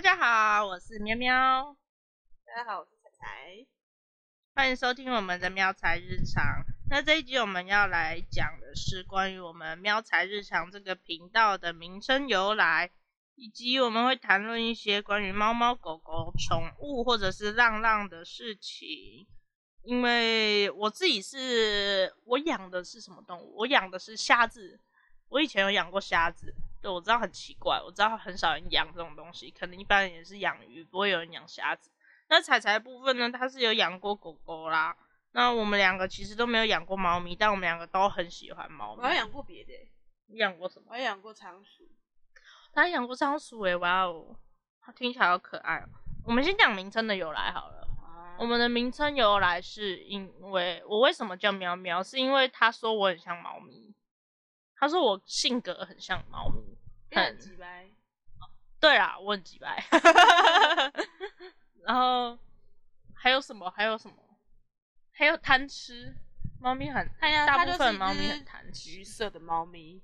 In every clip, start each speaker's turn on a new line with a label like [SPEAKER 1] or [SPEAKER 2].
[SPEAKER 1] 家好，我是喵喵，
[SPEAKER 2] 大家好，我是彩彩。
[SPEAKER 1] 欢迎收听我们的喵财日常。那这一集我们要来讲的是关于我们喵财日常这个频道的名称由来，以及我们会谈论一些关于猫猫狗狗、宠物或者是浪浪的事情。因为我自己是我养的是什么动物？我养的是虾子。我以前有养过虾子，对我知道很奇怪，我知道很少人养这种东西，可能一般人也是养鱼，不会有人养虾子。那彩彩部分呢，她是有养过狗狗啦。那我们两个其实都没有养过猫咪，但我们两个都很喜欢猫咪
[SPEAKER 2] 我。还养过别的欸、
[SPEAKER 1] 你养过什么？
[SPEAKER 2] 我还养过仓鼠。
[SPEAKER 1] 她养过仓鼠诶，哇哦，它听起来好可爱哦、我们先讲名称的由来好了。
[SPEAKER 2] 啊
[SPEAKER 1] 我们的名称由来是因为我为什么叫喵喵，是因为他说我很像猫咪，他说我性格很像猫咪。
[SPEAKER 2] 很鸡掰。
[SPEAKER 1] 对啦，我很鸡掰。 然后还有什么？还有什么？还有贪吃，猫咪很，
[SPEAKER 2] 它哎呀
[SPEAKER 1] 大
[SPEAKER 2] 它
[SPEAKER 1] 部
[SPEAKER 2] 就是
[SPEAKER 1] 分
[SPEAKER 2] 一
[SPEAKER 1] 猫咪
[SPEAKER 2] 只
[SPEAKER 1] 很贪
[SPEAKER 2] 橘
[SPEAKER 1] 吃。
[SPEAKER 2] 色的猫咪，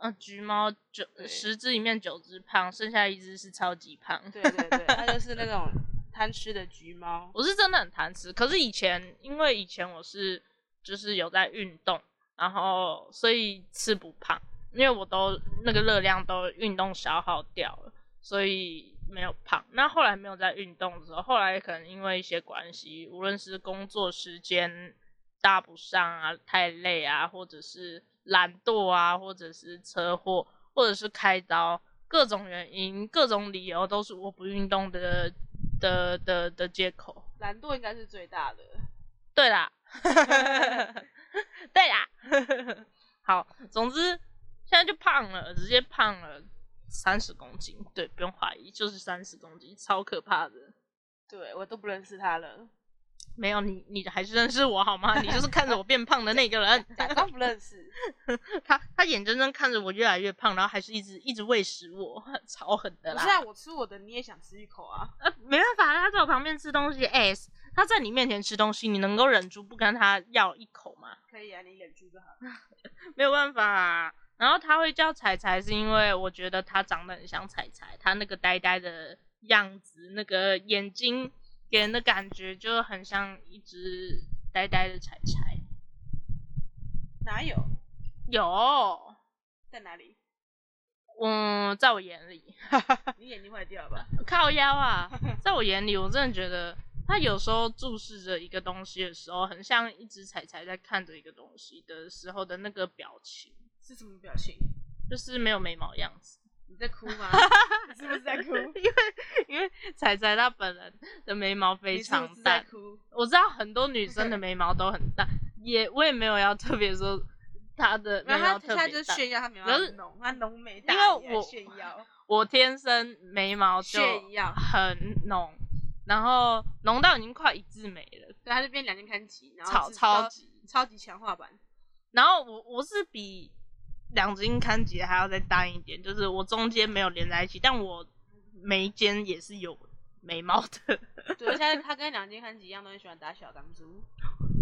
[SPEAKER 1] 呃，橘猫九
[SPEAKER 2] 对
[SPEAKER 1] 十只里面九只胖，剩下一只是超级胖。
[SPEAKER 2] 对对对，它就是那种贪吃的橘猫。
[SPEAKER 1] 我是真的很贪吃，可是以前因为以前我是就是有在运动，然后所以吃不胖，因为我都那个热量都运动消耗掉了，所以没有胖。那后来没有在运动的时候，后来可能因为一些关系，无论是工作时间搭不上啊，太累啊，或者是懒惰啊，或者是车祸，或者是开刀，各种原因、各种理由都是我不运动的的的的借口。
[SPEAKER 2] 懒惰应该是最大的。
[SPEAKER 1] 对啦，对啦，好，总之现在就胖了，直接胖了三十公斤，对，不用怀疑，就是三十公斤，超可怕的。
[SPEAKER 2] 对我都不认识它了，
[SPEAKER 1] 没有你，你还是认识我好吗？你就是看着我变胖的那个人。
[SPEAKER 2] 假装不认识。
[SPEAKER 1] 他他眼睁睁看着我越来越胖，然后还是一直一直喂食我，超狠的
[SPEAKER 2] 不
[SPEAKER 1] 啦。
[SPEAKER 2] 是啊，我吃我的，你也想吃一口啊？
[SPEAKER 1] 呃，没办法，他在我旁边吃东西，哎、他在你面前吃东西，你能够忍住不跟他要一口吗？
[SPEAKER 2] 可以啊，你忍住就好。
[SPEAKER 1] 没有办法、然后他会叫彩彩，是因为我觉得他长得很像彩彩，他那个呆呆的样子，那个眼睛给人的感觉就很像一只呆呆的彩彩。
[SPEAKER 2] 哪有？
[SPEAKER 1] 有，
[SPEAKER 2] 在哪里？
[SPEAKER 1] 嗯，在我眼里，
[SPEAKER 2] 你眼睛坏掉了吧？
[SPEAKER 1] 靠腰 啊，在我眼里，我真的觉得他有时候注视着一个东西的时候，很像一只彩彩在看着一个东西的时候的那个表情，
[SPEAKER 2] 是什么表情？
[SPEAKER 1] 就是没有眉毛的样子。
[SPEAKER 2] 你在哭吗？你是不是在哭？
[SPEAKER 1] 因为因为彩彩她本人的眉毛非
[SPEAKER 2] 你是
[SPEAKER 1] 常
[SPEAKER 2] 不是在
[SPEAKER 1] 淡，
[SPEAKER 2] 哭？
[SPEAKER 1] 我知道很多女生的眉毛都很淡，也我也没有要特别说她的眉
[SPEAKER 2] 然后
[SPEAKER 1] 毛
[SPEAKER 2] 他
[SPEAKER 1] 特
[SPEAKER 2] 他
[SPEAKER 1] 别
[SPEAKER 2] 就
[SPEAKER 1] 淡，
[SPEAKER 2] 炫耀他眉毛
[SPEAKER 1] 可是
[SPEAKER 2] 很浓，他浓眉
[SPEAKER 1] 因
[SPEAKER 2] 大
[SPEAKER 1] 为
[SPEAKER 2] 眼
[SPEAKER 1] 我
[SPEAKER 2] 炫耀
[SPEAKER 1] 我天生眉毛就
[SPEAKER 2] 炫耀，
[SPEAKER 1] 很浓，然后浓到已经快一字眉了。
[SPEAKER 2] 对，他就变两千看齐，然
[SPEAKER 1] 超
[SPEAKER 2] 后是
[SPEAKER 1] 超
[SPEAKER 2] 级超级强化版，
[SPEAKER 1] 然后我我是比两斤看起来还要再淡一点，就是我中间没有连在一起，但我眉间也是有眉毛的。
[SPEAKER 2] 对，而且他跟两千看齐一样，都很喜欢打小钢珠，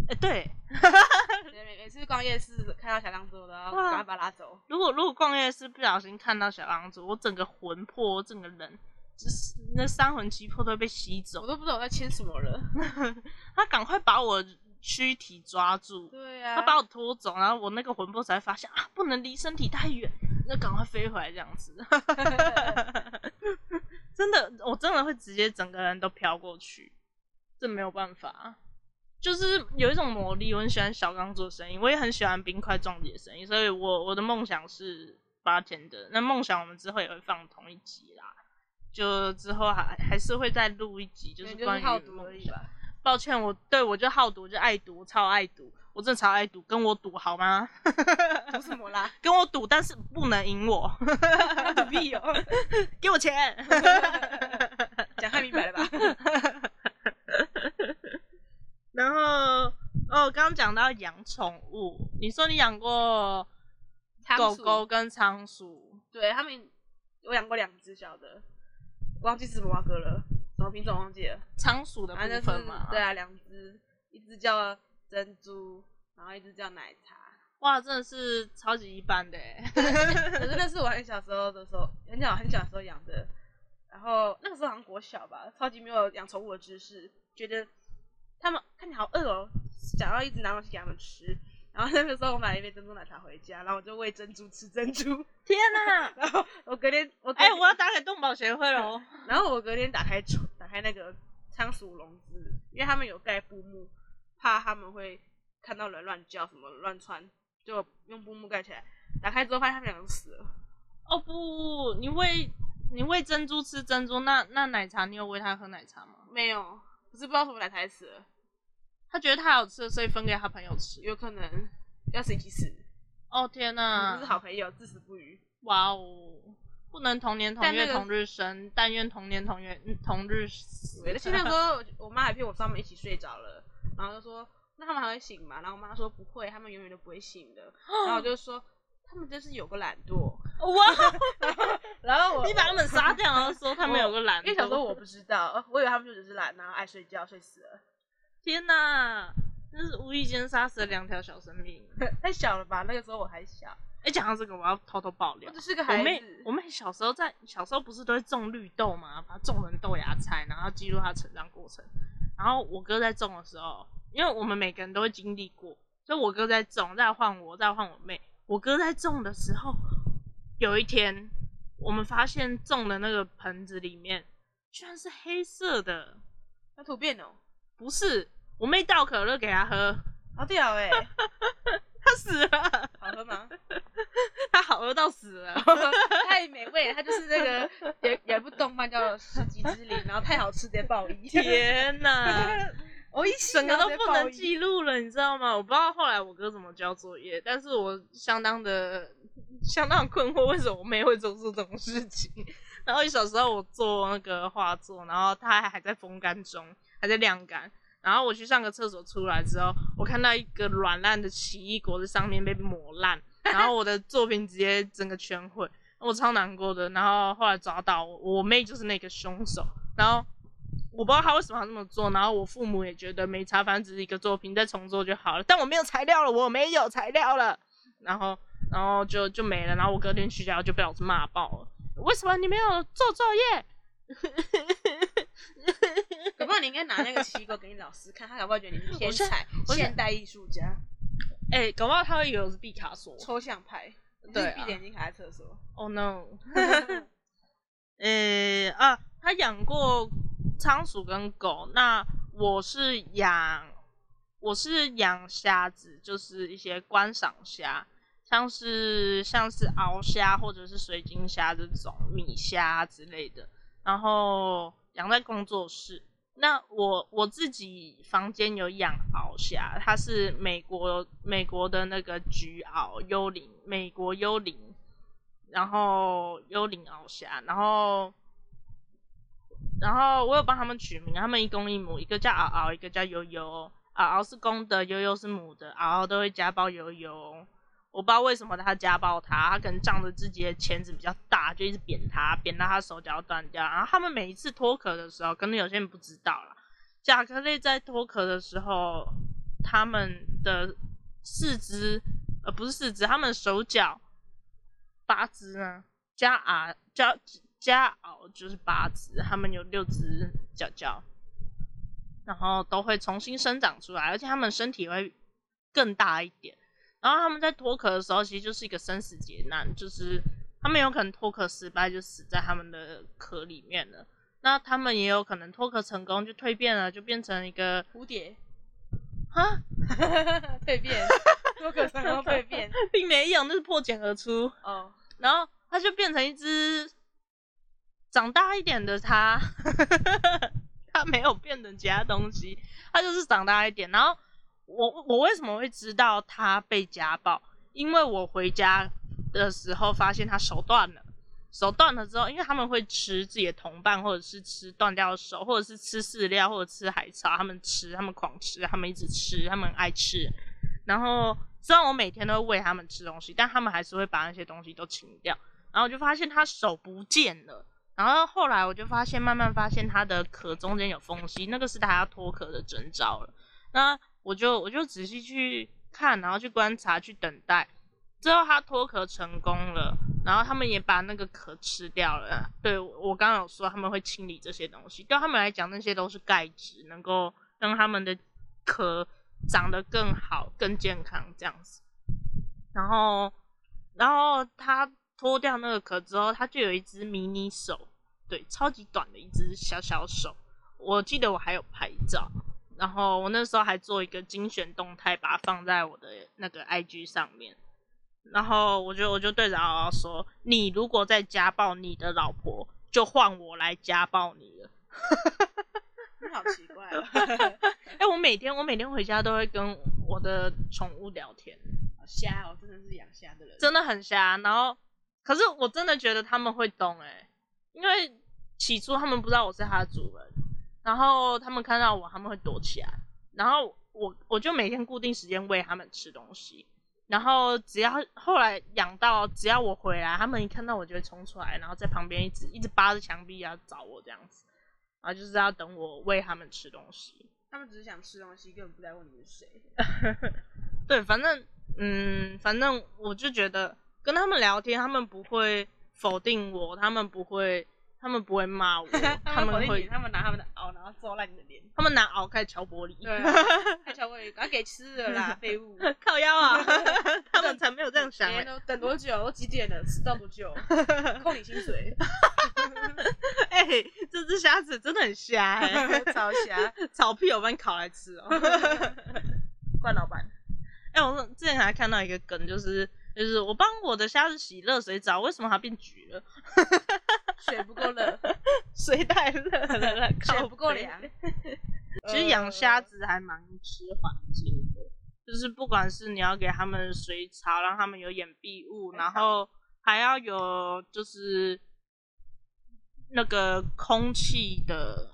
[SPEAKER 1] 哎，对，
[SPEAKER 2] 对，每每次逛夜市看到小钢珠，然后
[SPEAKER 1] 哇
[SPEAKER 2] 赶快把他拉走，
[SPEAKER 1] 如果如果逛夜市不小心看到小狼族，我整个魂魄，我整个人，就是那三魂七魄都被吸
[SPEAKER 2] 我
[SPEAKER 1] 走。
[SPEAKER 2] 都不知道我在牵什么了，
[SPEAKER 1] 他赶快把我躯体抓住，
[SPEAKER 2] 对啊，
[SPEAKER 1] 他把我拖走，然后我那个魂魄才发现啊，不能离身体太远，那赶快飞回来这样子。 真的，我真的会直接整个人都飘过去，这没有办法。就是有一种魔力，我很喜欢小刚做生意，我也很喜欢冰块撞击的声音，所以我我的梦想是八天的。那梦想我们之后也会放同一集啦，就之后还还是会再录一集，就
[SPEAKER 2] 对
[SPEAKER 1] 是
[SPEAKER 2] 就是
[SPEAKER 1] 关于
[SPEAKER 2] 好赌
[SPEAKER 1] 梦
[SPEAKER 2] 而已
[SPEAKER 1] 想。
[SPEAKER 2] 吧，
[SPEAKER 1] 抱歉，我对我就好赌，我就爱赌，我超爱赌，我真的超爱赌，跟我赌好吗？
[SPEAKER 2] 赌什么啦？
[SPEAKER 1] 跟我赌，但是不能赢我，
[SPEAKER 2] 赌屁哦，
[SPEAKER 1] 给我钱。
[SPEAKER 2] 讲太明白了吧？
[SPEAKER 1] 然后哦，刚刚讲到养宠物，你说你养过
[SPEAKER 2] 仓
[SPEAKER 1] 狗
[SPEAKER 2] 鼠
[SPEAKER 1] 狗跟仓鼠，
[SPEAKER 2] 对他们，我养过两只小的，忘记是什么蛙哥了，什么品种忘记了。
[SPEAKER 1] 仓鼠的
[SPEAKER 2] 然后就
[SPEAKER 1] 部
[SPEAKER 2] 是
[SPEAKER 1] 分嘛？
[SPEAKER 2] 对啊，两只，一只叫珍珠，然后一只叫奶茶。
[SPEAKER 1] 哇，真的是超级一般的耶，欸
[SPEAKER 2] 可是那是我很小时候的时候，很小很小时候养的，然后那个时时候好像国小吧，超级没有养宠物的知识，觉得他们看起来好饿哦，想要一直拿东西给他们吃。然后那个时候我买了一杯珍珠奶茶回家，然后我就喂珍珠吃珍珠。
[SPEAKER 1] 天哪、
[SPEAKER 2] 然后我隔天我隔
[SPEAKER 1] 哎、我要打给动保协会哦喽！
[SPEAKER 2] 然后我隔天打开窗打开那个仓鼠笼子，因为他们有盖布幕，怕他们会看到人乱叫什么乱窜，就用布幕盖起来。打开之后发现他们两个死了，
[SPEAKER 1] 哦不，你喂你喂珍珠吃珍珠，那那奶茶你有喂它喝奶茶吗？
[SPEAKER 2] 没有，可是不知道什么奶才死了，
[SPEAKER 1] 他觉得太好吃了，所以分给他朋友吃。
[SPEAKER 2] 有可能要是一起死，
[SPEAKER 1] 哦天哪、
[SPEAKER 2] 我们嗯是好朋友，至死不渝。
[SPEAKER 1] 哇哦！不能同年同
[SPEAKER 2] 但
[SPEAKER 1] 月
[SPEAKER 2] 那个
[SPEAKER 1] 同日生，但愿同年同月嗯同日死。
[SPEAKER 2] 对，而且那时候我我妈还骗我说他 们一起睡着了，然后就说那他们还会醒吗？然后我妈说不会，他们永远都不会醒的。然后我就说他们真是有个懒惰。
[SPEAKER 1] 哇！
[SPEAKER 2] 然后我
[SPEAKER 1] 你把他们杀掉，然后说他们有个懒惰。
[SPEAKER 2] 因为小时候我不知道，我以为他们就只是懒，然后爱睡觉，睡死了。
[SPEAKER 1] 天哪，真是无意间杀死了两条小生命。
[SPEAKER 2] 太小了吧？那个时候我还小，
[SPEAKER 1] 哎、讲到这个，我要偷偷爆料
[SPEAKER 2] 我。只是 个
[SPEAKER 1] 我
[SPEAKER 2] 孩
[SPEAKER 1] 妹
[SPEAKER 2] 子。
[SPEAKER 1] 我妹小时候在小时候不是都会种绿豆嘛，把它种成豆芽菜，然后记录它成长过程。然后我哥在种的时候，因为我们每个人都会经历过，所以我哥在种，再换我，再换我妹。我哥在种的时候，有一天我们发现种的那个盆子里面居然是黑色的，
[SPEAKER 2] 要突变哦，
[SPEAKER 1] 不是我妹倒可乐给他喝，
[SPEAKER 2] 好屌哎、
[SPEAKER 1] 他死了，
[SPEAKER 2] 好喝吗？
[SPEAKER 1] 他好喝到死了。
[SPEAKER 2] 太美味了，它就是那个有有一部动漫叫《十级之灵》，然后太好吃直接爆音，
[SPEAKER 1] 天
[SPEAKER 2] 啊
[SPEAKER 1] 哪！
[SPEAKER 2] 我一
[SPEAKER 1] 整个都不能 记录了，你知道吗？我不知道后来我哥怎么交作业，但是我相当的相当困惑，为什么我妹会做出这种事情？ 然后小时候我做那个画作，然后它还还在风干中，还在晾干。然后我去上个厕所出来之后，我看到一个软烂的奇异果在上面被磨烂，然后我的作品直接整个全毁，我超难过的。然后后来抓到我，我妹就是那个凶手。然后我不知道他为什么要这么做，然后我父母也觉得没差，反正只是一个作品，再重做就好了。但我没有材料了，我没有材料了，然后然后就就没了，然后我隔天去学校就被老师骂爆了。为什么你没有做作业？
[SPEAKER 2] 搞不好你应该拿那个奇异果给你老师看，他搞不好觉得你是天才
[SPEAKER 1] 我是
[SPEAKER 2] 现代艺术家、
[SPEAKER 1] 哎、搞不好他会以为我是毕卡索。
[SPEAKER 2] 抽象派，你就
[SPEAKER 1] 对
[SPEAKER 2] 是
[SPEAKER 1] 啊
[SPEAKER 2] 闭着眼睛卡在厕 所。
[SPEAKER 1] Oh no！呃、啊，他养过仓鼠跟狗，那我是养我是养虾子，就是一些观赏虾，像是像是鳌虾或者是水晶虾这种米虾之类的，然后养在工作室。那我我自己房间有养鳌虾，它是美国美国的那个菊鳌幽灵，美国幽灵，然后幽灵鳌虾，然后然后我有帮他们取名，他们一公一母，一个叫敖敖，一个叫悠悠。敖敖是公的，悠悠是母的，敖敖都会家暴悠悠。我不知道为什么他家暴他，他可能仗着自己的钳子比较大，就一直扁他，扁到他手脚断掉。然后他们每一次脱壳的时候，可能有些人不知道啦，甲壳类在脱壳的时候，他们的四肢呃不是四肢，他们的手脚八只呢，加啊加加螯就是八只，他们有六只脚脚，然后都会重新生长出来，而且他们身体会更大一点。然后他们在脱壳的时候，其实就是一个生死劫难，就是他们有可能脱壳失败，就死在他们的壳里面了。那他们也有可能脱壳成功，就蜕变了，就变成一个
[SPEAKER 2] 蝴蝶
[SPEAKER 1] 啊，
[SPEAKER 2] 蜕 变，多可能要蜕变
[SPEAKER 1] 并没有，那是破茧而出。
[SPEAKER 2] 哦。
[SPEAKER 1] 然后它就变成一只长大一点的 它，它没有变成其他东西，它就是长大一点。然后我我为什么会知道它被家暴？因为我回家的时候发现它手断了。手断了之后，因为他们会吃自己的同伴，或者是吃断掉的手，或者是吃饲料，或者吃海草，他们吃，他们狂吃，他们一直吃，他们很爱吃。然后虽然我每天都会喂他们吃东西，但他们还是会把那些东西都清掉。然后我就发现他手不见了。然后后来我就发现，慢慢发现它的壳中间有缝隙，那个是它要脱壳的征兆了。那我就我就仔细去看，然后去观察，去等待。之后它脱壳成功了，然后他们也把那个壳吃掉了。对我我刚刚有说他们会清理这些东西，对他们来讲那些都是钙质，能够让他们的壳长得更好、更健康这样子。然后，然后它脱掉那个壳之后，它就有一只迷你手，对，超级短的一只小小手。我记得我还有拍照，然后我那时候还做一个精选动态，把它放在我的那个 IG 上面。然后我就我就对着敖敖说：“你如果再家暴你的老婆，就换我来家暴你了。
[SPEAKER 2] 你好奇怪 哦，
[SPEAKER 1] 哎、我每天我每天回家都会跟我的宠物聊天，
[SPEAKER 2] 好瞎哦，真的是养虾的人，
[SPEAKER 1] 真的很瞎。然后，可是我真的觉得他们会懂哎、因为起初他们不知道我是它的主人，然后他们看到我，他们会躲起来。然后我我就每天固定时间喂它们吃东西，然后只要后来养到只要我回来，他们一看到我就会冲出来，然后在旁边一直一直扒着墙壁啊找我这样子，然后就是要等我喂它们吃东西。
[SPEAKER 2] 他们只是想吃东西，根本不在乎你是谁。，
[SPEAKER 1] 对，反正嗯，反正我就觉得跟他们聊天，他们不会否定我，他们不会，他们不会骂我 他
[SPEAKER 2] 否
[SPEAKER 1] 们
[SPEAKER 2] 定你
[SPEAKER 1] 会，
[SPEAKER 2] 他们拿他们的螯，然后揍烂你的脸。
[SPEAKER 1] 他们拿熬开敲玻璃，
[SPEAKER 2] 对啊还瞧我，赶快给吃的啦，废物！
[SPEAKER 1] 靠腰啊， 他们才没有这样想、
[SPEAKER 2] 每天
[SPEAKER 1] 欸。
[SPEAKER 2] 都等多久？都几点了？迟到 多久？扣你薪水，
[SPEAKER 1] 哎、这只虾子真的很瞎 哎、
[SPEAKER 2] 超瞎！
[SPEAKER 1] 炒屁有把你烤来吃哦、
[SPEAKER 2] 怪老板，
[SPEAKER 1] 哎、我之前还看到一个梗，就是就是我帮我的虾子洗热水澡，为什么它变橘了？
[SPEAKER 2] 水不够热，
[SPEAKER 1] 水太热了啦，
[SPEAKER 2] 水
[SPEAKER 1] 靠
[SPEAKER 2] 不够
[SPEAKER 1] 北
[SPEAKER 2] 凉。
[SPEAKER 1] 其实
[SPEAKER 2] 嗯
[SPEAKER 1] 养虾子还蛮吃环境的，就是不管是你要给他们水草，让他们有掩蔽物，然后还要有就是那个空气的，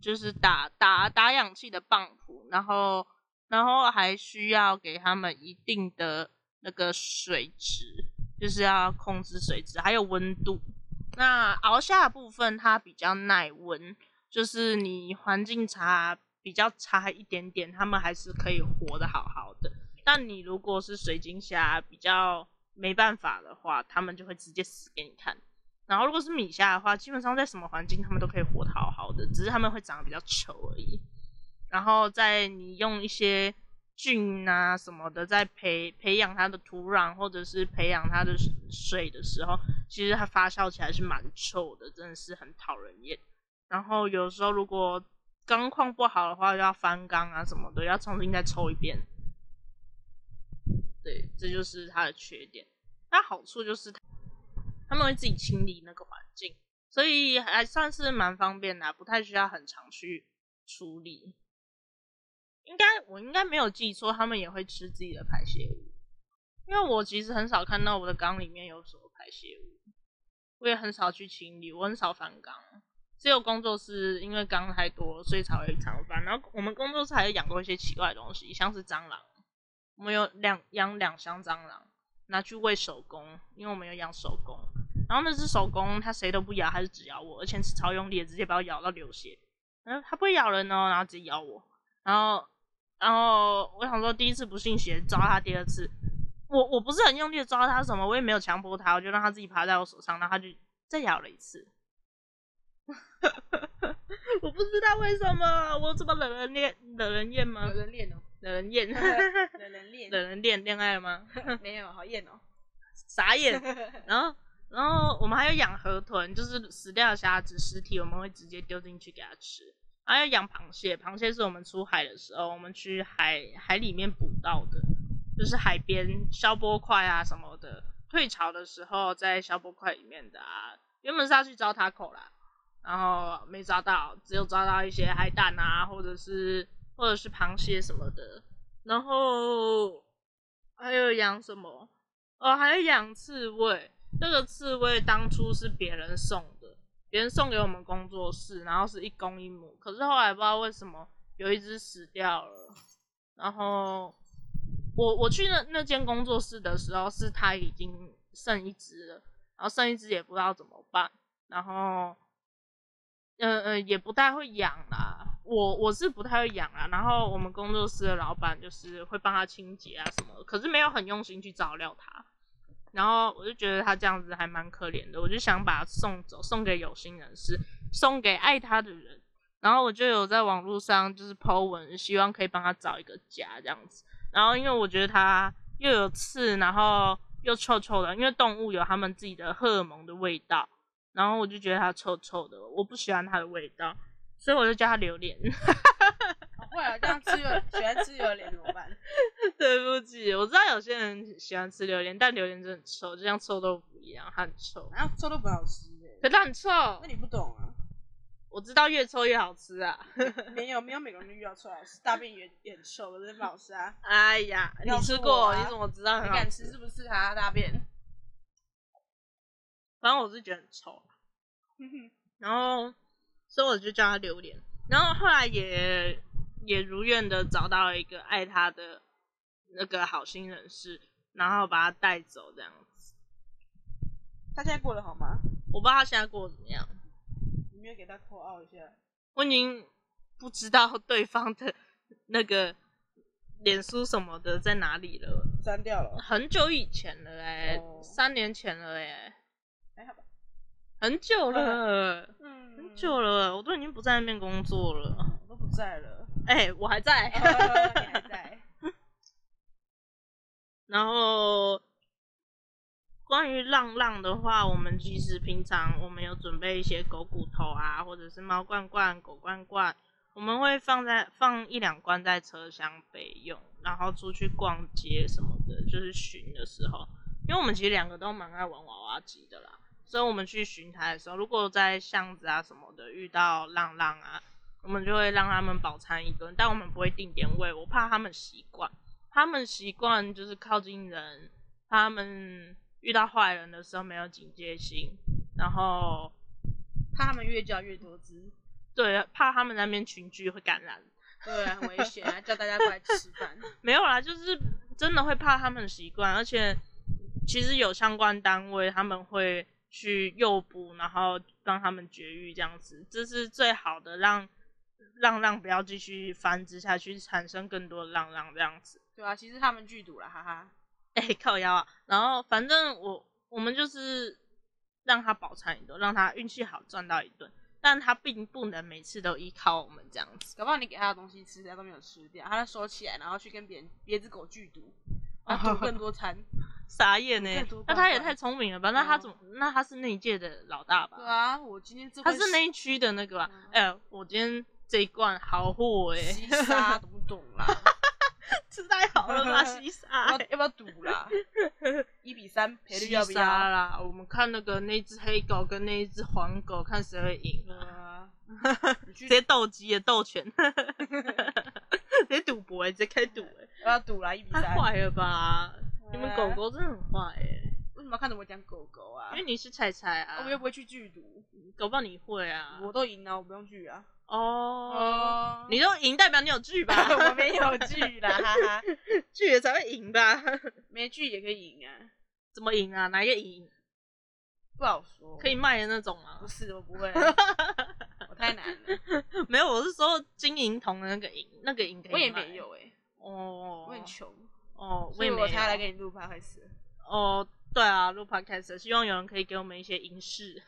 [SPEAKER 1] 就是打打打氧气的棒浦，然后然后还需要给他们一定的那个水质，就是要控制水质，还有温度。那熬虾的部分它比较耐温，就是你环境差比较差一点点，它们还是可以活得好好的。但你如果是水晶虾比较没办法的话，它们就会直接死给你看。然后如果是米虾的话，基本上在什么环境它们都可以活得好好的，只是它们会长得比较丑而已。然后在你用一些菌啊什么的在培培养它的土壤或者是培养它的水的时候，其实它发酵起来是蛮臭的，真的是很讨人厌。然后有时候如果钢况不好的话，又要翻缸啊什么的，要重新再抽一遍。对，这就是它的缺点。那好处就是它他们会自己清理那个环境，所以还算是蛮方便的啊、不太需要很常去处理。应该我应该没有记错，他们也会吃自己的排泄物，因为我其实很少看到我的缸里面有什么排泄物，我也很少去清理，我很少翻缸。只有工作室，因为缸太多，所以才会常翻。然后我们工作室还有养过一些奇怪的东西，像是蟑螂，我们有两养两箱蟑螂，拿去喂手工，因为我们有养手工。然后那只手工它谁都不咬，它就只咬我，而且是超用力的，直接把我咬到流血。嗯，它不会咬人哦，然后直接咬我。然后，然后我想说，第一次不信邪，抓它第二次，我我不是很用力的抓它什么，我也没有强迫它，我就让它自己爬在我手上，然后它就再咬了一次。 我不知道为什么，我怎么惹人厌？惹人厌吗
[SPEAKER 2] 有？人练哦，
[SPEAKER 1] 惹人厌，
[SPEAKER 2] 有人练，
[SPEAKER 1] 惹人恋恋爱吗？
[SPEAKER 2] 没有好厌哦。
[SPEAKER 1] 傻眼。然后，然后我们还有养河豚，就是死掉的虾子尸体，我们会直接丢进去给它吃。还有养螃蟹，螃蟹是我们出海的时候，我们去海海里面捕到的，就是海边消波块啊什么的。退潮的时候在消波块里面的啊，原本是要去招塔口啦，然后没抓到，只有抓到一些海胆啊，或者是或者是螃蟹什么的。然后还有养什么？哦，还有养刺猬。这个刺猬当初是别人送的，别人送给我们工作室，然后是一公一母。可是后来不知道为什么有一只死掉了。然后我我去那那间工作室的时候，是它已经剩一只了，然后剩一只也不知道怎么办。然后，呃呃，也不太会养啦。我我是不太会养啦。然后我们工作室的老板就是会帮他清洁啊什么的，可是没有很用心去照料它。然后我就觉得他这样子还蛮可怜的，我就想把它送走，送给有心人士，送给爱他的人。然后我就有在网络上就是 Po 文，希望可以帮他找一个家这样子。然后因为我觉得它又有刺，然后又臭臭的，因为动物有它们自己的荷尔蒙的味道，然后我就觉得它臭臭的，我不喜欢它的味道，所以我就叫它榴莲。
[SPEAKER 2] 会啊，这样吃榴喜欢吃榴莲怎么办？
[SPEAKER 1] 对不起，我知道有些人喜欢吃榴莲，但榴莲真的很臭，就像臭豆腐一样，它很臭。
[SPEAKER 2] 然后臭豆腐好吃耶，
[SPEAKER 1] 可它很臭，
[SPEAKER 2] 那你不懂啊？
[SPEAKER 1] 我知道越臭越好吃啊！
[SPEAKER 2] 没有没有，每个人都遇到臭好吃，大便也也很臭，我真的不好 吃啊！
[SPEAKER 1] 哎呀，你
[SPEAKER 2] 要
[SPEAKER 1] 吃
[SPEAKER 2] 吐
[SPEAKER 1] 过，
[SPEAKER 2] 啊
[SPEAKER 1] 你怎么知道
[SPEAKER 2] 你
[SPEAKER 1] 很好
[SPEAKER 2] 敢
[SPEAKER 1] 吃？
[SPEAKER 2] 吃是不是啊？大便？
[SPEAKER 1] 反正我是觉得很臭啊。 然后，所以我就叫他榴莲。然后后来也也如愿的找到了一个爱他的那个好心人士，然后把他带走这样子。
[SPEAKER 2] 他现在过得好吗？
[SPEAKER 1] 我不知道他现在过得怎么样，
[SPEAKER 2] 你没有给他扣奥一下？
[SPEAKER 1] 我已经不知道对方的那个脸书什么的在哪里了。
[SPEAKER 2] 删掉了，
[SPEAKER 1] 很久以前了哎、
[SPEAKER 2] 哦
[SPEAKER 1] 三年前了哎、
[SPEAKER 2] 还好吧？
[SPEAKER 1] 很久了，
[SPEAKER 2] 嗯，
[SPEAKER 1] 很久了，我都已经不在那边工作了。
[SPEAKER 2] 我都不在了，
[SPEAKER 1] 哎、我还在。
[SPEAKER 2] 哦你还在？
[SPEAKER 1] 然后关于浪浪的话，我们其实平常我们有准备一些狗骨头啊，或者是猫罐罐、狗罐罐，我们会放在放一两罐在车厢备用，然后出去逛街什么的，就是巡的时候，因为我们其实两个都蛮爱玩娃娃机的啦，所以我们去巡台的时候，如果在巷子啊什么的遇到浪浪啊。我们就会让他们饱餐一顿，但我们不会定点喂，我怕他们习惯。他们习惯就是靠近人，他们遇到坏人的时候没有警戒心，然后
[SPEAKER 2] 怕他们越叫越多只，
[SPEAKER 1] 对怕他们那边群聚会感染，
[SPEAKER 2] 对，很危险啊！叫大家过来吃饭，
[SPEAKER 1] 没有啦，就是真的会怕他们习惯，而且其实有相关单位他们会去诱捕，然后让他们绝育这样子，这是最好的让让让不要继续繁殖下去，产生更多的浪浪这样子。
[SPEAKER 2] 对啊，其实他们剧毒了，哈哈。
[SPEAKER 1] 哎、靠腰啊！然后反正我我们就是让他饱餐一顿，让他运气好赚到一顿，但他并不能每次都依靠我们这样子。
[SPEAKER 2] 搞不好你给他的东西吃，他都没有吃掉，他就收起来，然后去跟别人别只狗剧毒，然后毒更多餐。
[SPEAKER 1] 傻眼呢、
[SPEAKER 2] 太多
[SPEAKER 1] 那
[SPEAKER 2] 罐
[SPEAKER 1] 他也
[SPEAKER 2] 罐
[SPEAKER 1] 太聪明了吧？那他
[SPEAKER 2] 嗯
[SPEAKER 1] 怎么？那他是那一届的老大吧？
[SPEAKER 2] 对啊，我今天这
[SPEAKER 1] 他
[SPEAKER 2] 会嗯
[SPEAKER 1] 是那一区的那个吧？ 哎、我今天这一罐好货哎、
[SPEAKER 2] 吸沙，懂不懂啦？
[SPEAKER 1] 吃太好了吧？ 西沙、欸
[SPEAKER 2] 要不要要不要赌 啦？一比三赔率要不
[SPEAKER 1] 西沙
[SPEAKER 2] 要？
[SPEAKER 1] 啦！我们看那个那只黑狗跟那一只黄狗，看谁会赢。
[SPEAKER 2] 对 啊，你
[SPEAKER 1] 直
[SPEAKER 2] 去
[SPEAKER 1] 接斗鸡也斗拳，直接赌博、欸，直接开赌、欸，
[SPEAKER 2] 要不要赌啦？一比
[SPEAKER 1] 太
[SPEAKER 2] 三。
[SPEAKER 1] 坏了吧！
[SPEAKER 2] 对啊啊
[SPEAKER 1] 你们狗狗真的很坏哎、
[SPEAKER 2] 为什么要看着我讲狗狗啊
[SPEAKER 1] 因为？你是菜菜啊，
[SPEAKER 2] 我又不会去剧毒，
[SPEAKER 1] 搞不好你会啊。
[SPEAKER 2] 我都赢了，我不用剧啊。
[SPEAKER 1] 哦，
[SPEAKER 2] 哦
[SPEAKER 1] 你都赢，代表你有剧吧？
[SPEAKER 2] 我没有剧啦，哈哈，
[SPEAKER 1] 剧也才会赢吧？
[SPEAKER 2] 没剧也可以赢啊，
[SPEAKER 1] 怎么赢啊？哪一个赢？
[SPEAKER 2] 不好说。
[SPEAKER 1] 可以卖的那种吗
[SPEAKER 2] 不？是，我不会，我太难了，
[SPEAKER 1] 没有，我是说金银铜的那个赢，那个赢可以
[SPEAKER 2] 我也
[SPEAKER 1] 卖
[SPEAKER 2] 没。有哎，
[SPEAKER 1] 哦，
[SPEAKER 2] 我很穷，
[SPEAKER 1] 哦，我
[SPEAKER 2] 所以
[SPEAKER 1] 也没有
[SPEAKER 2] 我。才来跟你录 p o d c
[SPEAKER 1] 哦，对啊，录 podcast，希望有人可以给我们一些银饰。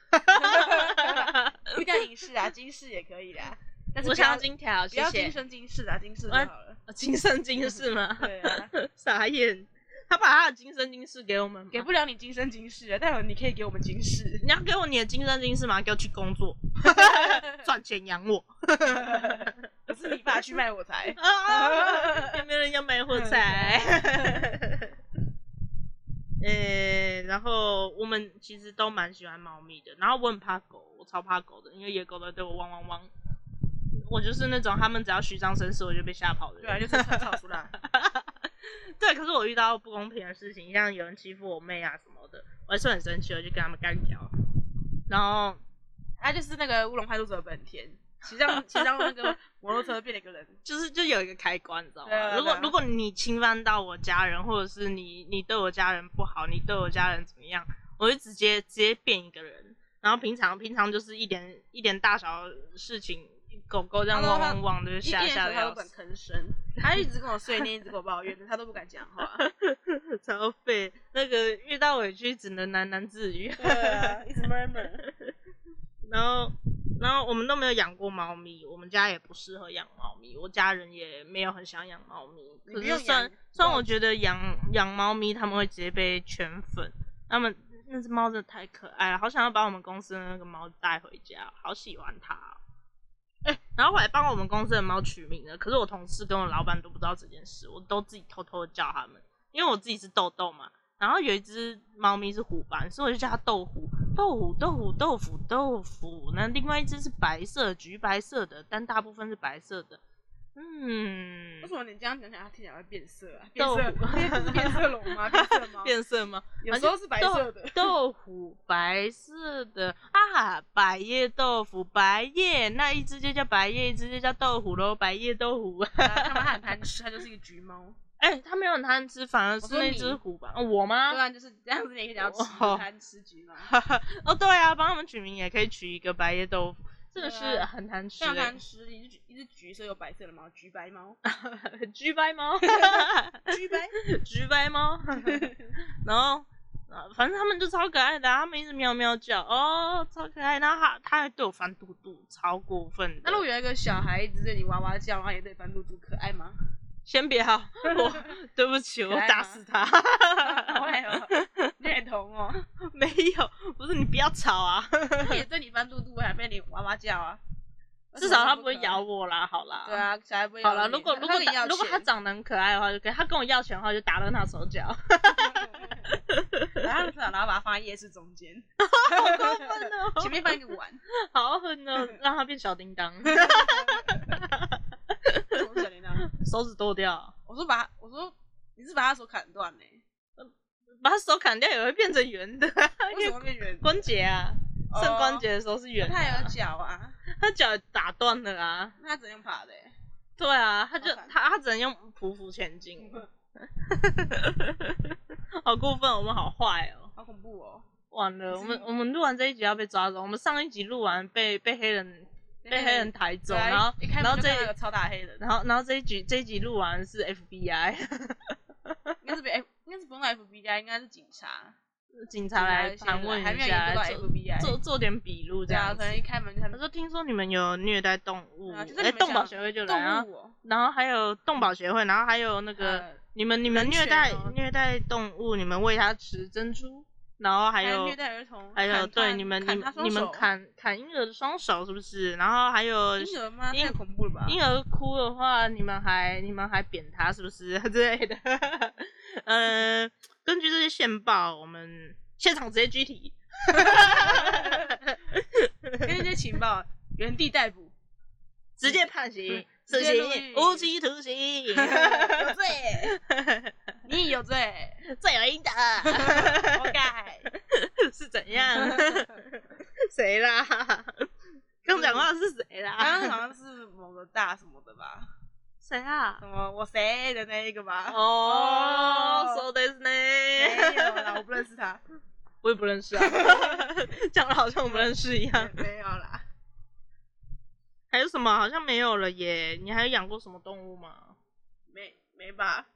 [SPEAKER 2] 不一定要银饰啊，金饰也可以啦，但是
[SPEAKER 1] 我
[SPEAKER 2] 不
[SPEAKER 1] 想
[SPEAKER 2] 要
[SPEAKER 1] 要金条，
[SPEAKER 2] 不
[SPEAKER 1] 谢
[SPEAKER 2] 要今
[SPEAKER 1] 谢。
[SPEAKER 2] 生今世啊，今世就好了。
[SPEAKER 1] 哦今生今世吗？
[SPEAKER 2] 对啊，
[SPEAKER 1] 傻眼，他把他的今生今世给我们吗，
[SPEAKER 2] 给不了你今生今世啊，但有你可以给我们今世。
[SPEAKER 1] 你要给我你的今生今世吗？给我去工作，赚钱养 我。
[SPEAKER 2] 不是你爸去卖我 才，
[SPEAKER 1] 啊，有没有人要买火柴？ 呃、然后我们其实都蛮喜欢猫咪的，然后我很怕狗，我超怕狗的，因为野狗都对我汪汪汪。我就是那种他们只要虚张声势我就被吓跑的
[SPEAKER 2] 对啊，
[SPEAKER 1] 人
[SPEAKER 2] 就。是很草出来。
[SPEAKER 1] 对，可是我遇到不公平的事情，像有人欺负我妹啊什么的，我还是很生气，我就跟他们干掉。然后
[SPEAKER 2] 他啊就是那个乌龙派出所的本田，骑上骑上那个摩托车变了一个人，
[SPEAKER 1] 就是就有一个开关，你知道
[SPEAKER 2] 对啊
[SPEAKER 1] 吗？
[SPEAKER 2] 对啊
[SPEAKER 1] 如果如果你侵犯到我家人，或者是你你对我家人不好，你对我家人怎么样，我就直接直接变一个人。然后平常平常就是一点一点大小的事情，狗狗这样
[SPEAKER 2] 它都
[SPEAKER 1] 汪
[SPEAKER 2] 它
[SPEAKER 1] 汪汪的就
[SPEAKER 2] 啊
[SPEAKER 1] 吓
[SPEAKER 2] 一点
[SPEAKER 1] 吓
[SPEAKER 2] 他
[SPEAKER 1] 的
[SPEAKER 2] 它都
[SPEAKER 1] 要
[SPEAKER 2] 不敢
[SPEAKER 1] 死，
[SPEAKER 2] 吭声，它一直跟我碎念，一直跟我抱怨，他都不敢讲 话。
[SPEAKER 1] 超废。那个遇到委屈只能喃喃自语。
[SPEAKER 2] 对啊，一直 murmur。
[SPEAKER 1] 然后，然后我们都没有养过猫咪，我们家也不适合养猫咪，我家人也没有很想养猫咪。
[SPEAKER 2] 你
[SPEAKER 1] 可
[SPEAKER 2] 不
[SPEAKER 1] 是
[SPEAKER 2] 用
[SPEAKER 1] 虽然
[SPEAKER 2] 养
[SPEAKER 1] 虽然我觉得养养猫咪他们会直接被圈粉，他们那只猫真的太可爱了，好想要把我们公司的那个猫带回家，好喜欢它哦、哎、然后我还帮我们公司的猫取名了，可是我同事跟我老板都不知道这件事，我都自己偷偷的叫他们，因为我自己是豆豆嘛。然后有一只猫咪是虎斑，所以我就叫它豆虎。豆腐、豆腐、豆腐、豆腐。那另外一只是白色、橘白色的，但大部分是白色的。嗯
[SPEAKER 2] 为，什么你这样讲讲，它听起来会变色啊？变
[SPEAKER 1] 豆
[SPEAKER 2] 色，
[SPEAKER 1] 腐
[SPEAKER 2] 不是变色龙吗？变色 猫，
[SPEAKER 1] 变色吗？
[SPEAKER 2] 有时候是白色的。
[SPEAKER 1] 豆腐白色的啊，百叶豆腐，白叶那一只就叫白叶，一只就叫豆腐喽，白叶豆腐。
[SPEAKER 2] 他们很贪吃，它就是一个橘猫。
[SPEAKER 1] 哎、它没有很贪吃，反而
[SPEAKER 2] 我
[SPEAKER 1] 是
[SPEAKER 2] 说
[SPEAKER 1] 那
[SPEAKER 2] 你
[SPEAKER 1] 只虎吧？哦我吗
[SPEAKER 2] 不？然啊就是这样子，你也想要吃
[SPEAKER 1] 哦
[SPEAKER 2] 贪吃橘猫。
[SPEAKER 1] 哦，对啊，帮他们取名也可以取一个白叶豆腐，这个
[SPEAKER 2] 对
[SPEAKER 1] 是
[SPEAKER 2] 啊
[SPEAKER 1] 很贪吃欸
[SPEAKER 2] 非常
[SPEAKER 1] 的
[SPEAKER 2] 贪吃，一只一只橘色有白色的猫，橘白 猫，
[SPEAKER 1] 橘白 猫，
[SPEAKER 2] 橘白。
[SPEAKER 1] 橘白猫，然后。啊反正他们就超可爱的啊、他们一直喵喵叫，哦，超可爱。然后他他还对我翻肚肚，超过分的。
[SPEAKER 2] 那如果有一个小孩一直对你哇哇叫，然后也对翻肚肚，可爱吗？
[SPEAKER 1] 先别好， 我对不起，
[SPEAKER 2] 可
[SPEAKER 1] 我
[SPEAKER 2] 爱吗
[SPEAKER 1] 打死他。
[SPEAKER 2] 好爱哦，恋童哦，
[SPEAKER 1] 没有，不是你不要吵啊，
[SPEAKER 2] 他也对你翻肚肚，还被你哇哇叫啊。
[SPEAKER 1] 至少他不
[SPEAKER 2] 为
[SPEAKER 1] 会
[SPEAKER 2] 什么
[SPEAKER 1] 咬
[SPEAKER 2] 那么
[SPEAKER 1] 我啦。好啦，
[SPEAKER 2] 可爱。对，啊，小孩不会咬
[SPEAKER 1] 好了，
[SPEAKER 2] 你
[SPEAKER 1] 如果
[SPEAKER 2] 他
[SPEAKER 1] 如果
[SPEAKER 2] 他跟你
[SPEAKER 1] 打
[SPEAKER 2] 要
[SPEAKER 1] 如果他
[SPEAKER 2] 钱，
[SPEAKER 1] 长得很可爱的话，就可以；他跟我要钱的话，就打断他手脚。
[SPEAKER 2] 然后然后把它放在夜市中 间，
[SPEAKER 1] 好过分哦！
[SPEAKER 2] 前面放一个碗，
[SPEAKER 1] 好狠 哦，让他变小叮当，
[SPEAKER 2] 什么小铃 铛？
[SPEAKER 1] 手指剁掉，
[SPEAKER 2] 我说把它，我说你是把他手砍断嘞，
[SPEAKER 1] 把他手砍掉也会变成圆的，
[SPEAKER 2] 为
[SPEAKER 1] 因
[SPEAKER 2] 什
[SPEAKER 1] 为
[SPEAKER 2] 么变圆？
[SPEAKER 1] 关节啊，
[SPEAKER 2] 哦
[SPEAKER 1] 肾关节的时候是圆的、
[SPEAKER 2] 它有
[SPEAKER 1] 啊，
[SPEAKER 2] 脚啊，
[SPEAKER 1] 他脚打断了啊。
[SPEAKER 2] 那它怎样爬的欸？
[SPEAKER 1] 对啊，他就
[SPEAKER 2] 好烦
[SPEAKER 1] 他他只能用匍匐前进， 好过分，我们好坏哦。
[SPEAKER 2] 好恐怖哦！
[SPEAKER 1] 完了，
[SPEAKER 2] 可
[SPEAKER 1] 我
[SPEAKER 2] 是
[SPEAKER 1] 们我们录完这一集要被抓走。我们上一集录完被被黑人被黑人抬走，
[SPEAKER 2] 对啊
[SPEAKER 1] 然后
[SPEAKER 2] 一开门
[SPEAKER 1] 然后
[SPEAKER 2] 就
[SPEAKER 1] 这
[SPEAKER 2] 看到有超大黑人，
[SPEAKER 1] 然后然后这一集这一集录完是 FBI
[SPEAKER 2] 应该是被 F，应该是不用 FBI，应该是警察，
[SPEAKER 1] 警察来
[SPEAKER 2] 警察
[SPEAKER 1] 盘问
[SPEAKER 2] 还
[SPEAKER 1] 一
[SPEAKER 2] 没有研
[SPEAKER 1] 下
[SPEAKER 2] 究到，
[SPEAKER 1] 做
[SPEAKER 2] FBI，
[SPEAKER 1] 做做点笔录这
[SPEAKER 2] 对啊，
[SPEAKER 1] 样
[SPEAKER 2] 可
[SPEAKER 1] 子。
[SPEAKER 2] 能一开门就他
[SPEAKER 1] 他
[SPEAKER 2] 们
[SPEAKER 1] 说听说你们有虐待动物，
[SPEAKER 2] 对啊就是
[SPEAKER 1] 哎
[SPEAKER 2] 你们
[SPEAKER 1] 动啊保
[SPEAKER 2] 想
[SPEAKER 1] 协会就来，然
[SPEAKER 2] 动
[SPEAKER 1] 后
[SPEAKER 2] 物哦，
[SPEAKER 1] 然后还有动保协会，然后还有那个。
[SPEAKER 2] 呃
[SPEAKER 1] 你们你们
[SPEAKER 2] 人
[SPEAKER 1] 虐
[SPEAKER 2] 权
[SPEAKER 1] 待
[SPEAKER 2] 哦
[SPEAKER 1] 虐待动物，你们喂它吃珍珠，然后还
[SPEAKER 2] 还
[SPEAKER 1] 有
[SPEAKER 2] 虐待儿童，
[SPEAKER 1] 还有
[SPEAKER 2] 砍
[SPEAKER 1] 对
[SPEAKER 2] 他
[SPEAKER 1] 你们你
[SPEAKER 2] 砍
[SPEAKER 1] 们
[SPEAKER 2] 他双
[SPEAKER 1] 你们
[SPEAKER 2] 手
[SPEAKER 1] 砍砍婴儿的双手是不是？然后还有
[SPEAKER 2] 婴儿吗？
[SPEAKER 1] 婴
[SPEAKER 2] 太恐怖了吧！
[SPEAKER 1] 婴儿哭的话，你们还你们还扁他是不是 之类的？呃，根据这些线报，我们现场直接拘提。
[SPEAKER 2] 因为这些情报原地逮捕，
[SPEAKER 1] 直接判刑
[SPEAKER 2] 嗯，
[SPEAKER 1] 死
[SPEAKER 2] 直接入
[SPEAKER 1] 刑，
[SPEAKER 2] 狱
[SPEAKER 1] 无期徒刑，
[SPEAKER 2] 有罪，你 有罪，
[SPEAKER 1] 罪有应得，
[SPEAKER 2] 活该。
[SPEAKER 1] 是怎 样？ 谁啦？嗯刚讲话是谁
[SPEAKER 2] 刚刚
[SPEAKER 1] 啦？
[SPEAKER 2] 好像是某个大什么的吧，
[SPEAKER 1] 谁啊
[SPEAKER 2] 什？么我谁的那一个吧？
[SPEAKER 1] 哦，说的是
[SPEAKER 2] 没
[SPEAKER 1] 呢，
[SPEAKER 2] 有啦，我不认识他，
[SPEAKER 1] 我也不认识啊， 讲的好像我不认识一样。
[SPEAKER 2] 没有啦。
[SPEAKER 1] 还有什么？好像没有了耶。你还有养过什么动物吗？
[SPEAKER 2] 没没吧？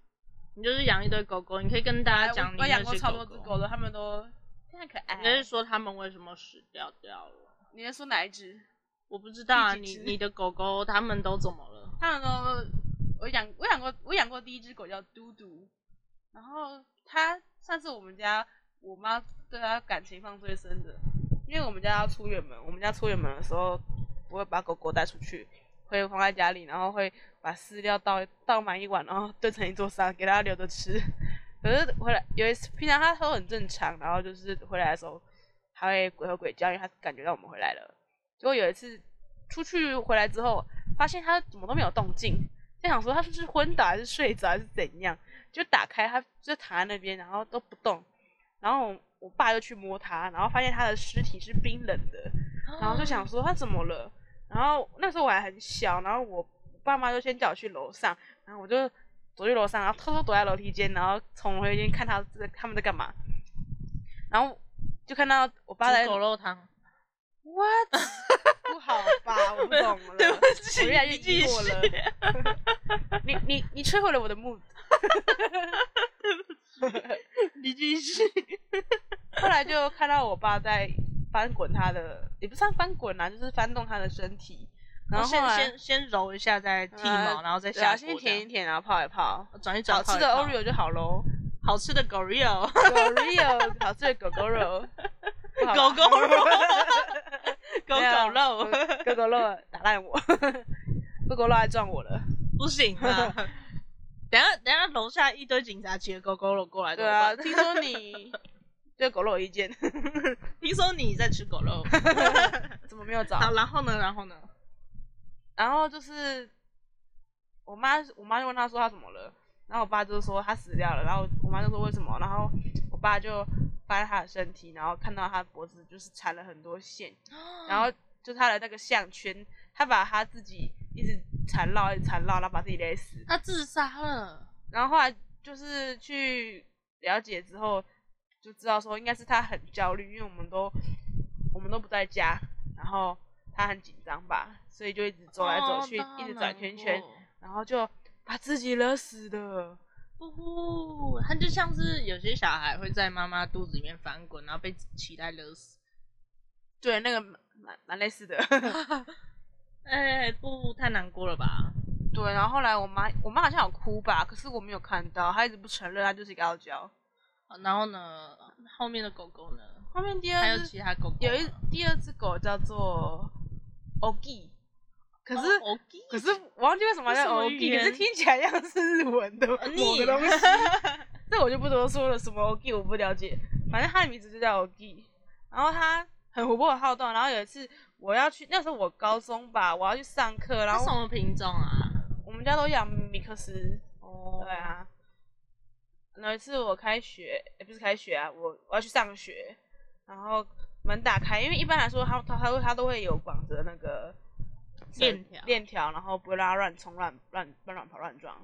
[SPEAKER 1] 你就是养一堆狗狗，你可以跟大
[SPEAKER 2] 哎
[SPEAKER 1] 家讲你
[SPEAKER 2] 我我养
[SPEAKER 1] 那
[SPEAKER 2] 过
[SPEAKER 1] 些
[SPEAKER 2] 超多只
[SPEAKER 1] 狗。
[SPEAKER 2] 狗的，它们都非常可爱。
[SPEAKER 1] 你是说他们为什么死掉掉了？
[SPEAKER 2] 你在说哪一只？
[SPEAKER 1] 我不知道啊，
[SPEAKER 2] 第
[SPEAKER 1] 你
[SPEAKER 2] 几只
[SPEAKER 1] 你的狗狗它们都怎么了？
[SPEAKER 2] 它们都我养我养过我养过第一只狗叫嘟嘟，然后它上次我们家我妈对它感情放最深的，因为我们家要出远门，我们家出远门的时候不会把狗狗带出去。会放在家里，然后会把饲料倒倒满一碗，然后炖成一座山给它留着吃。可是回来有一次，平常它都很正常，然后就是回来的时候，它会鬼吼鬼叫，因为它感觉到我们回来了。结果有一次出去回来之后，发现它怎么都没有动静，就想说它是不是昏倒还是睡着还是怎样，就打开它就躺在那边，然后都不动。然后我我爸就去摸它，然后发现它的尸体是冰冷的，然后就想说他怎么了，然后那时候我还很小，然后我爸妈就先叫我去楼上，然后我就走去楼上，然后偷偷躲在楼梯间，然后从楼梯间看他在他们在干嘛，然后就看到我爸
[SPEAKER 1] 煮
[SPEAKER 2] 在
[SPEAKER 1] 狗肉汤， What？
[SPEAKER 2] 不好吧？我不懂了，
[SPEAKER 1] 对不起，
[SPEAKER 2] 我越来越
[SPEAKER 1] 你继
[SPEAKER 2] 疑惑
[SPEAKER 1] 续
[SPEAKER 2] 了。 你你你摧毁了我的 mood。
[SPEAKER 1] 你继续。
[SPEAKER 2] 后来就看到我爸在翻滚他的，也不算翻滚啦、就是翻动他的身体。然后后
[SPEAKER 1] 哦先
[SPEAKER 2] 来
[SPEAKER 1] 先先揉一下，再剃毛，
[SPEAKER 2] 呃
[SPEAKER 1] 然后再
[SPEAKER 2] 对啊，
[SPEAKER 1] 下
[SPEAKER 2] 先
[SPEAKER 1] 锅这
[SPEAKER 2] 舔一
[SPEAKER 1] 样。
[SPEAKER 2] 舔，然后泡一泡。
[SPEAKER 1] 转一转
[SPEAKER 2] 好吃的 Oreo 就好喽
[SPEAKER 1] 好吃的 g o r i o
[SPEAKER 2] ，Oreo 好吃的狗狗肉，不好吧
[SPEAKER 1] 狗狗 肉狗
[SPEAKER 2] 没有
[SPEAKER 1] 狗肉
[SPEAKER 2] 狗狗肉打烂我， 狗狗肉还撞我了。
[SPEAKER 1] 不行 啊！等一下等一下，楼下一堆警察骑着狗狗肉过来，
[SPEAKER 2] 对啊，
[SPEAKER 1] 怎么
[SPEAKER 2] 听说你对狗肉有意见，
[SPEAKER 1] 办，听说你在吃狗肉。
[SPEAKER 2] 怎么没有找？
[SPEAKER 1] 好，然后呢？然 后呢？
[SPEAKER 2] 然后就是我妈，我妈就问他说他怎么了，然后我爸就说他死掉了，然后我妈就说为什么，然后我爸就翻他的身体，然后看到他脖子就是缠了很多线，
[SPEAKER 1] 嗯
[SPEAKER 2] 然后就他的那个项圈，他把他自己一直缠绕，一直缠绕，然后把自己勒死，
[SPEAKER 1] 他自杀了。
[SPEAKER 2] 然后后来就是去了解之后，就知道说应该是他很焦虑，因为我们都我们都不在家，然后他很紧张吧，所以就一直走来走去，
[SPEAKER 1] 哦
[SPEAKER 2] 一直转圈。圈
[SPEAKER 1] 那好难，过
[SPEAKER 2] 然后就把自己勒死的。
[SPEAKER 1] 哦，他就像是有些小孩会在妈妈肚子里面翻滚，然后被脐带勒死。
[SPEAKER 2] 对，那个蛮蛮 类似的。
[SPEAKER 1] 哎、不太难过了吧？
[SPEAKER 2] 对，然后后来我妈我妈好像有哭吧，可是我没有看到，她一直不承认，她就是一个傲娇。
[SPEAKER 1] 然后呢，后面的狗狗呢？
[SPEAKER 2] 后面第
[SPEAKER 1] 还有
[SPEAKER 2] 二
[SPEAKER 1] 其
[SPEAKER 2] 只
[SPEAKER 1] 他狗狗吗？
[SPEAKER 2] 有一第二只狗叫做 Ogi，可是、
[SPEAKER 1] 哦，Ogi
[SPEAKER 2] 可是我忘记为什么叫
[SPEAKER 1] 这是什么语
[SPEAKER 2] Ogi，
[SPEAKER 1] 言
[SPEAKER 2] 可是听起来像是日文的
[SPEAKER 1] 呃
[SPEAKER 2] 某
[SPEAKER 1] 你
[SPEAKER 2] 个东 西。这我就不多说了，什么 Ogi 我不了解，反正他的名字就叫 Ogi。然后他很活泼很好动，然后有一次我要去，那时候我高中吧，我要去上课，然
[SPEAKER 1] 它什
[SPEAKER 2] 后
[SPEAKER 1] 么品种啊？
[SPEAKER 2] 我们家都养米克斯，
[SPEAKER 1] 哦
[SPEAKER 2] 对，啊。然后有一次我开学，诶不是开学啊，我我要去上学，然后门打开，因为一般来说他他他会他都会有绑着那个
[SPEAKER 1] 链条
[SPEAKER 2] 链条，然后不会让他乱冲乱乱乱乱跑乱撞。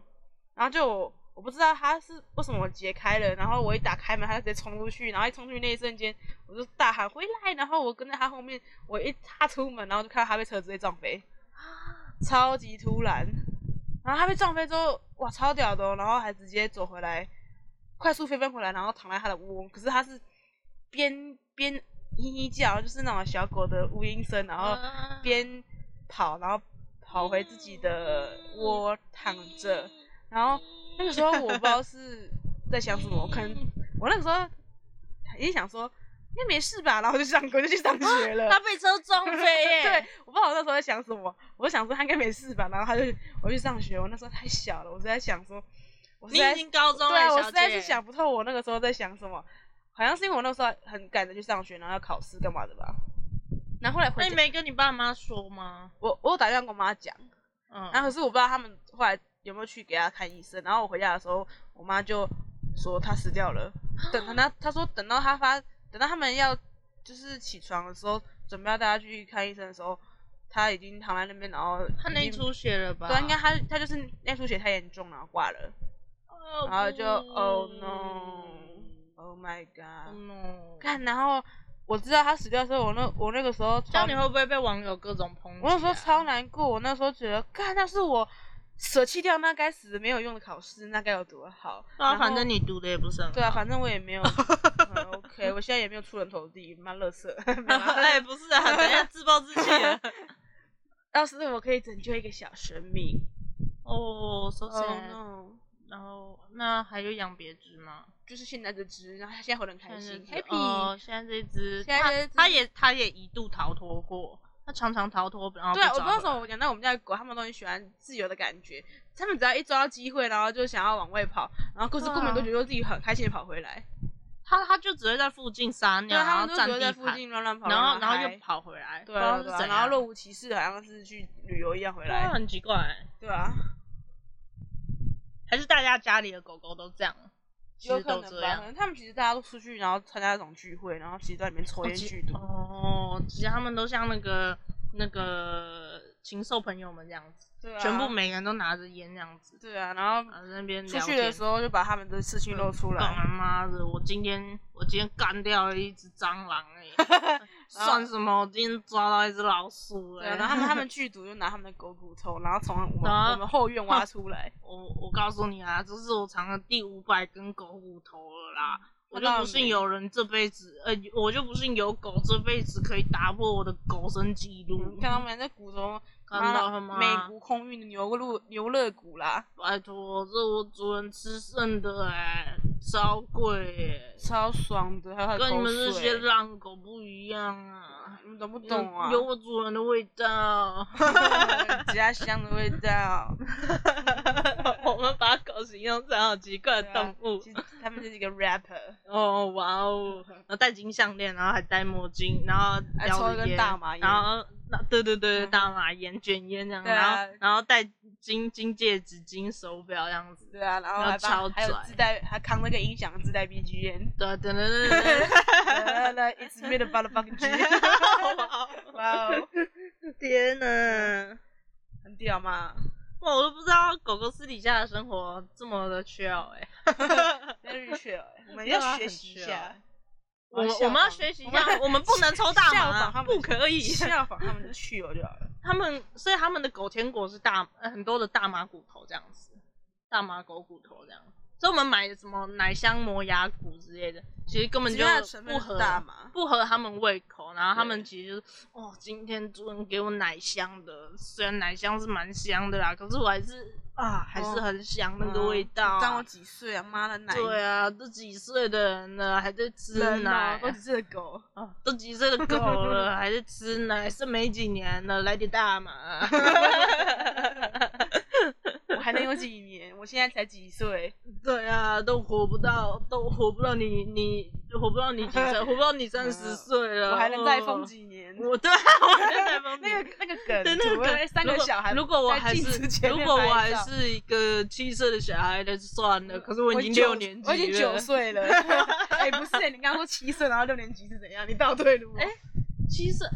[SPEAKER 2] 然后就我我不知道他是为什么解开了，然后我一打开门，他就直接冲出去，然后一冲出去那一瞬间，我就大喊回来，然后我跟在他后面，我一踏出门，然后就看到他被车直接撞飞，超级突然。然后他被撞飞之后，哇，超屌的、哦，然后还直接走回来，快速飞奔回来，然后躺在他的窝，可是他是边边嘤嘤叫，就是那种小狗的呜音声，然后
[SPEAKER 1] 啊
[SPEAKER 2] 边跑，然后跑回自己的窝躺着，然后那个时候我不知道是在想什么，我可能我那个时候也想说应该没事吧，然后就上我就去上学了。
[SPEAKER 1] 它被车撞飞耶！
[SPEAKER 2] 对，我不知道我那时候在想什么，我就想说他应该没事吧，然后他就我去上学，我那时候太小了，我是在想说，我是
[SPEAKER 1] 你
[SPEAKER 2] 在
[SPEAKER 1] 已经高中了，
[SPEAKER 2] 对啊，我
[SPEAKER 1] 小
[SPEAKER 2] 实在
[SPEAKER 1] 姐
[SPEAKER 2] 是想不透我那个时候在想什么，好像是因为我那时候很赶着去上学，然后要考试干嘛的吧。然后后来回
[SPEAKER 1] 那
[SPEAKER 2] 家
[SPEAKER 1] 你没跟你爸妈说吗？
[SPEAKER 2] 我我有打电话跟我妈讲，
[SPEAKER 1] 嗯，
[SPEAKER 2] 然后可是我不知道他们后来有没有去给她看医生。然后我回家的时候，我妈就说她死掉了。等等她她说等到她发等到他们要就是起床的时候，准备要带她去看医生的时候，她已经躺在那边，然后
[SPEAKER 1] 他
[SPEAKER 2] 已
[SPEAKER 1] 内
[SPEAKER 2] 经
[SPEAKER 1] 出血了吧？
[SPEAKER 2] 对，应该她她就是内出血太严重，然后挂了。
[SPEAKER 1] 哦。嗯
[SPEAKER 2] 然后就
[SPEAKER 1] 不
[SPEAKER 2] Oh no，Oh my
[SPEAKER 1] Oh
[SPEAKER 2] God！
[SPEAKER 1] no！
[SPEAKER 2] 看，然后我知道她死掉的时候，我那我那个时候
[SPEAKER 1] 这
[SPEAKER 2] 超
[SPEAKER 1] 样你会不会被网友各种抨击、啊？
[SPEAKER 2] 我那时候超难过，我那时候觉得，干，那是我舍弃掉那该死的没有用的考试，那该有多好。
[SPEAKER 1] 对啊，
[SPEAKER 2] 然后
[SPEAKER 1] 反正你读的也不是很好。
[SPEAKER 2] 对啊，反正我 也没有、嗯 OK，我现在也没有出人头地，妈乐色。没 有啦
[SPEAKER 1] 哎、不是啊，等一下自暴自弃了。
[SPEAKER 2] 要是我可以拯救一个小生命
[SPEAKER 1] 哦，首
[SPEAKER 2] ，Oh
[SPEAKER 1] 先，
[SPEAKER 2] no，
[SPEAKER 1] 然后那还有养别只吗？
[SPEAKER 2] 就是现在这只，然后它现在活得很开心
[SPEAKER 1] 现在这只
[SPEAKER 2] ，Happy
[SPEAKER 1] 哦。，现在这只，
[SPEAKER 2] 现在
[SPEAKER 1] 它
[SPEAKER 2] 这只
[SPEAKER 1] 它也它也一度逃脱过，它常常逃脱，然后
[SPEAKER 2] 对啊，
[SPEAKER 1] 被
[SPEAKER 2] 我
[SPEAKER 1] 抓
[SPEAKER 2] 不知道为
[SPEAKER 1] 回来
[SPEAKER 2] 什么我养到我们家的狗，它们都很喜欢自由的感觉，它们只要一抓到机会，然后就想要往外跑，然后可是
[SPEAKER 1] 对啊
[SPEAKER 2] 根本都觉得自己很开心的跑回来，
[SPEAKER 1] 它它就只会在附近撒
[SPEAKER 2] 对
[SPEAKER 1] 尿，
[SPEAKER 2] 啊，
[SPEAKER 1] 然
[SPEAKER 2] 它们
[SPEAKER 1] 后
[SPEAKER 2] 都只
[SPEAKER 1] 占
[SPEAKER 2] 会
[SPEAKER 1] 地
[SPEAKER 2] 在附
[SPEAKER 1] 盘，
[SPEAKER 2] 近乱乱跑，
[SPEAKER 1] 然后然后
[SPEAKER 2] 嗨
[SPEAKER 1] 又跑回来，
[SPEAKER 2] 对啊，
[SPEAKER 1] 不知
[SPEAKER 2] 对
[SPEAKER 1] 道是
[SPEAKER 2] 啊
[SPEAKER 1] 怎
[SPEAKER 2] 然后
[SPEAKER 1] 样
[SPEAKER 2] 若无其事，好像是去旅游一样回
[SPEAKER 1] 对啊
[SPEAKER 2] 来。
[SPEAKER 1] 很奇怪，
[SPEAKER 2] 对啊，
[SPEAKER 1] 还是大家家里的狗狗都这样，其
[SPEAKER 2] 有
[SPEAKER 1] 实
[SPEAKER 2] 可
[SPEAKER 1] 都
[SPEAKER 2] 能
[SPEAKER 1] 这
[SPEAKER 2] 吧。
[SPEAKER 1] 样
[SPEAKER 2] 可。能他们其实大家都出去，然后参加那种聚会，然后其实在里面抽
[SPEAKER 1] 哦
[SPEAKER 2] 烟
[SPEAKER 1] 其
[SPEAKER 2] 剧毒。
[SPEAKER 1] 哦，其实他们都像那个那个禽兽朋友们这样子，
[SPEAKER 2] 对啊，
[SPEAKER 1] 全部每个人都拿着烟这样子，
[SPEAKER 2] 对啊，然后
[SPEAKER 1] 然后在那边
[SPEAKER 2] 出去的时候就把他们的事情露出
[SPEAKER 1] 嗯干
[SPEAKER 2] 来，
[SPEAKER 1] 他妈的，我今天我今天干掉了一只蟑螂哎、 算什么？我今天抓到一只老鼠
[SPEAKER 2] 对
[SPEAKER 1] 哎、
[SPEAKER 2] 啊，然后他 们他们剧毒就拿他们的狗骨头，然后从我们
[SPEAKER 1] 然后
[SPEAKER 2] 我们后院挖出来，
[SPEAKER 1] 我我告诉你啊，这是我藏的第五百根狗骨头了啦。我
[SPEAKER 2] 那
[SPEAKER 1] 就
[SPEAKER 2] 当然
[SPEAKER 1] 不信有人这辈子，呃，我就不信有狗这辈子可以打破我的狗生记录。
[SPEAKER 2] 嗯看他们那骨头，
[SPEAKER 1] 看到了吗
[SPEAKER 2] 美国空运的牛肉牛肋骨啦，
[SPEAKER 1] 拜托，这我主人吃剩的哎、超贵哎、
[SPEAKER 2] 超爽的，还有它的
[SPEAKER 1] 跟你
[SPEAKER 2] 口
[SPEAKER 1] 们这些
[SPEAKER 2] 水，
[SPEAKER 1] 浪狗不一样啊，
[SPEAKER 2] 你们懂不懂啊？
[SPEAKER 1] 有我主人的味道。
[SPEAKER 2] 家乡的味道，
[SPEAKER 1] 我们把狗形容成好奇怪的动物
[SPEAKER 2] 其。实他们啊就是一个 rapper，
[SPEAKER 1] 哦，哇哦！然后戴金项链，然后还戴墨镜，然后
[SPEAKER 2] 还
[SPEAKER 1] 叼
[SPEAKER 2] 抽
[SPEAKER 1] 着
[SPEAKER 2] 一根
[SPEAKER 1] 烟
[SPEAKER 2] 大麻烟
[SPEAKER 1] 然后那对对对，
[SPEAKER 2] 嗯
[SPEAKER 1] 大麻烟、卷烟这样，
[SPEAKER 2] 对啊
[SPEAKER 1] 然后然后戴金金戒指、金手表这样子。
[SPEAKER 2] 对啊，然后
[SPEAKER 1] 然后
[SPEAKER 2] 还
[SPEAKER 1] 超
[SPEAKER 2] 帮还有
[SPEAKER 1] 拽
[SPEAKER 2] 自带，还扛那个音响自带 BGM，
[SPEAKER 1] 对对对对
[SPEAKER 2] 嗯
[SPEAKER 1] 对对。
[SPEAKER 2] 来来来，It's 啊 me the motherfucking G，哇 哦，
[SPEAKER 1] 天哪！
[SPEAKER 2] 很屌嘛！
[SPEAKER 1] 哇，我都不知道狗狗私底下的生活这么的 chill 哎、
[SPEAKER 2] Very chill，我们
[SPEAKER 1] 对啊
[SPEAKER 2] 要学习一下
[SPEAKER 1] 很，我们我们要学习一
[SPEAKER 2] 我
[SPEAKER 1] 下，
[SPEAKER 2] 们
[SPEAKER 1] 我们不 能抽大
[SPEAKER 2] 效仿
[SPEAKER 1] 麻，
[SPEAKER 2] 他们
[SPEAKER 1] 不可以。
[SPEAKER 2] 效仿他们的 chill 就好了。
[SPEAKER 1] 他们所以他们的狗田果是大呃很多的大麻骨头这样子，大麻狗骨头这样。所以我们买的什么奶香磨牙骨之类的，其实根本
[SPEAKER 2] 只
[SPEAKER 1] 就
[SPEAKER 2] 要成分
[SPEAKER 1] 不
[SPEAKER 2] 是
[SPEAKER 1] 合
[SPEAKER 2] 大麻
[SPEAKER 1] 不合他们胃口。然后他们
[SPEAKER 2] 对
[SPEAKER 1] 其实就是，哦，今天主人给我奶香的，虽然奶香是蛮香的啦，可是我还是啊还是
[SPEAKER 2] 哦
[SPEAKER 1] 很想那个味道啊、
[SPEAKER 2] 当我几岁啊？妈的奶！
[SPEAKER 1] 对啊，都几岁的人了，还在吃
[SPEAKER 2] 人啊，
[SPEAKER 1] 奶，
[SPEAKER 2] 都只是狗，
[SPEAKER 1] 啊都几岁 的狗了，还在吃奶，剩没几年了，来点大麻。
[SPEAKER 2] 我还能有几年？我现在才几 岁，
[SPEAKER 1] 对啊，都活不到，都活不到你，你活不到你几岁，活不 到你三十岁了，
[SPEAKER 2] 嗯我还能再
[SPEAKER 1] 疯
[SPEAKER 2] 疯几年？
[SPEAKER 1] 我 对啊，我还能再疯几
[SPEAKER 2] 那
[SPEAKER 1] 年。
[SPEAKER 2] 个那个梗，
[SPEAKER 1] 对那
[SPEAKER 2] 怎么
[SPEAKER 1] 个
[SPEAKER 2] 会
[SPEAKER 1] 梗，
[SPEAKER 2] 三个小孩
[SPEAKER 1] 如果如果我
[SPEAKER 2] 在
[SPEAKER 1] 还
[SPEAKER 2] 镜子
[SPEAKER 1] 是
[SPEAKER 2] 前
[SPEAKER 1] 如
[SPEAKER 2] 面
[SPEAKER 1] 果我
[SPEAKER 2] 拍
[SPEAKER 1] 还
[SPEAKER 2] 照
[SPEAKER 1] 是一个七岁的小孩，那就算了。可是我已经
[SPEAKER 2] 九
[SPEAKER 1] 六年级了，
[SPEAKER 2] 我已经九岁 了。哎、不是、你刚刚说七岁，然后六年级是怎样？你倒退路。
[SPEAKER 1] 哎七岁。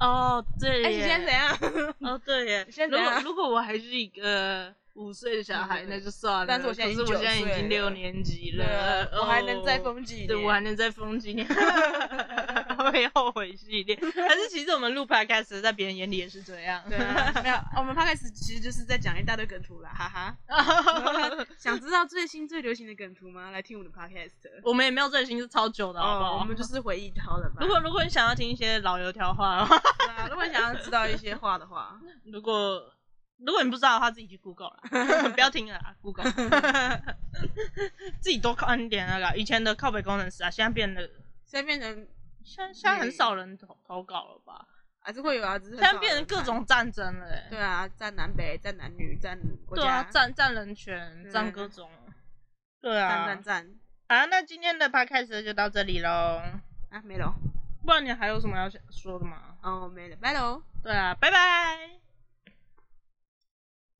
[SPEAKER 1] 哦，对耶。
[SPEAKER 2] 哎你现在怎样？
[SPEAKER 1] 哦，对耶，
[SPEAKER 2] 现
[SPEAKER 1] 如
[SPEAKER 2] 在怎
[SPEAKER 1] 果
[SPEAKER 2] 样
[SPEAKER 1] 如果我还是一个五岁的小孩，
[SPEAKER 2] 嗯
[SPEAKER 1] 那就算了。
[SPEAKER 2] 但是我现在已经
[SPEAKER 1] 可是我现在
[SPEAKER 2] 9
[SPEAKER 1] 已经
[SPEAKER 2] 岁
[SPEAKER 1] 六
[SPEAKER 2] 了
[SPEAKER 1] 年级
[SPEAKER 2] 对啊
[SPEAKER 1] 了，
[SPEAKER 2] 我还能再
[SPEAKER 1] 疯，
[SPEAKER 2] 疯几年。
[SPEAKER 1] 哦对，我还能再疯几 年， 会后悔系列。但是其实我们录 podcast 在别人眼里也是这样。
[SPEAKER 2] 对啊，没有，我们 p 开始其实就是在讲一大堆梗图啦，哈哈。想知道最新最流行的梗图吗？来听我的 podcast。
[SPEAKER 1] 我们也没有最新，是超久的，好不
[SPEAKER 2] 哦，
[SPEAKER 1] 好？啊
[SPEAKER 2] 我们就是回忆好了吧。
[SPEAKER 1] 如果如果你想要听一些老油条话的话，
[SPEAKER 2] 对啊如果你想要知道一些话的话，
[SPEAKER 1] 如果如果你不知道的话，自己去 Google 啦， 不要听了啦，Google，自己多看一点那个以前的靠北工程师啊，现在变得
[SPEAKER 2] 现在变成
[SPEAKER 1] 现在现在很少人投投稿了吧？
[SPEAKER 2] 还是会有啊，只是很
[SPEAKER 1] 现
[SPEAKER 2] 少
[SPEAKER 1] 在变成
[SPEAKER 2] 人看
[SPEAKER 1] 各。种战争了、欸，
[SPEAKER 2] 对啊，站南北，站男女，站国
[SPEAKER 1] 对啊
[SPEAKER 2] 家，，
[SPEAKER 1] 战战人权，
[SPEAKER 2] 嗯
[SPEAKER 1] 战各种，对
[SPEAKER 2] 站
[SPEAKER 1] 啊
[SPEAKER 2] 站，站
[SPEAKER 1] 好，那今天的 podcast 就到这里喽，
[SPEAKER 2] 啊，没了。
[SPEAKER 1] 不然你还有什么要想说的吗？
[SPEAKER 2] 哦，没了，拜喽。
[SPEAKER 1] 对啊，拜拜。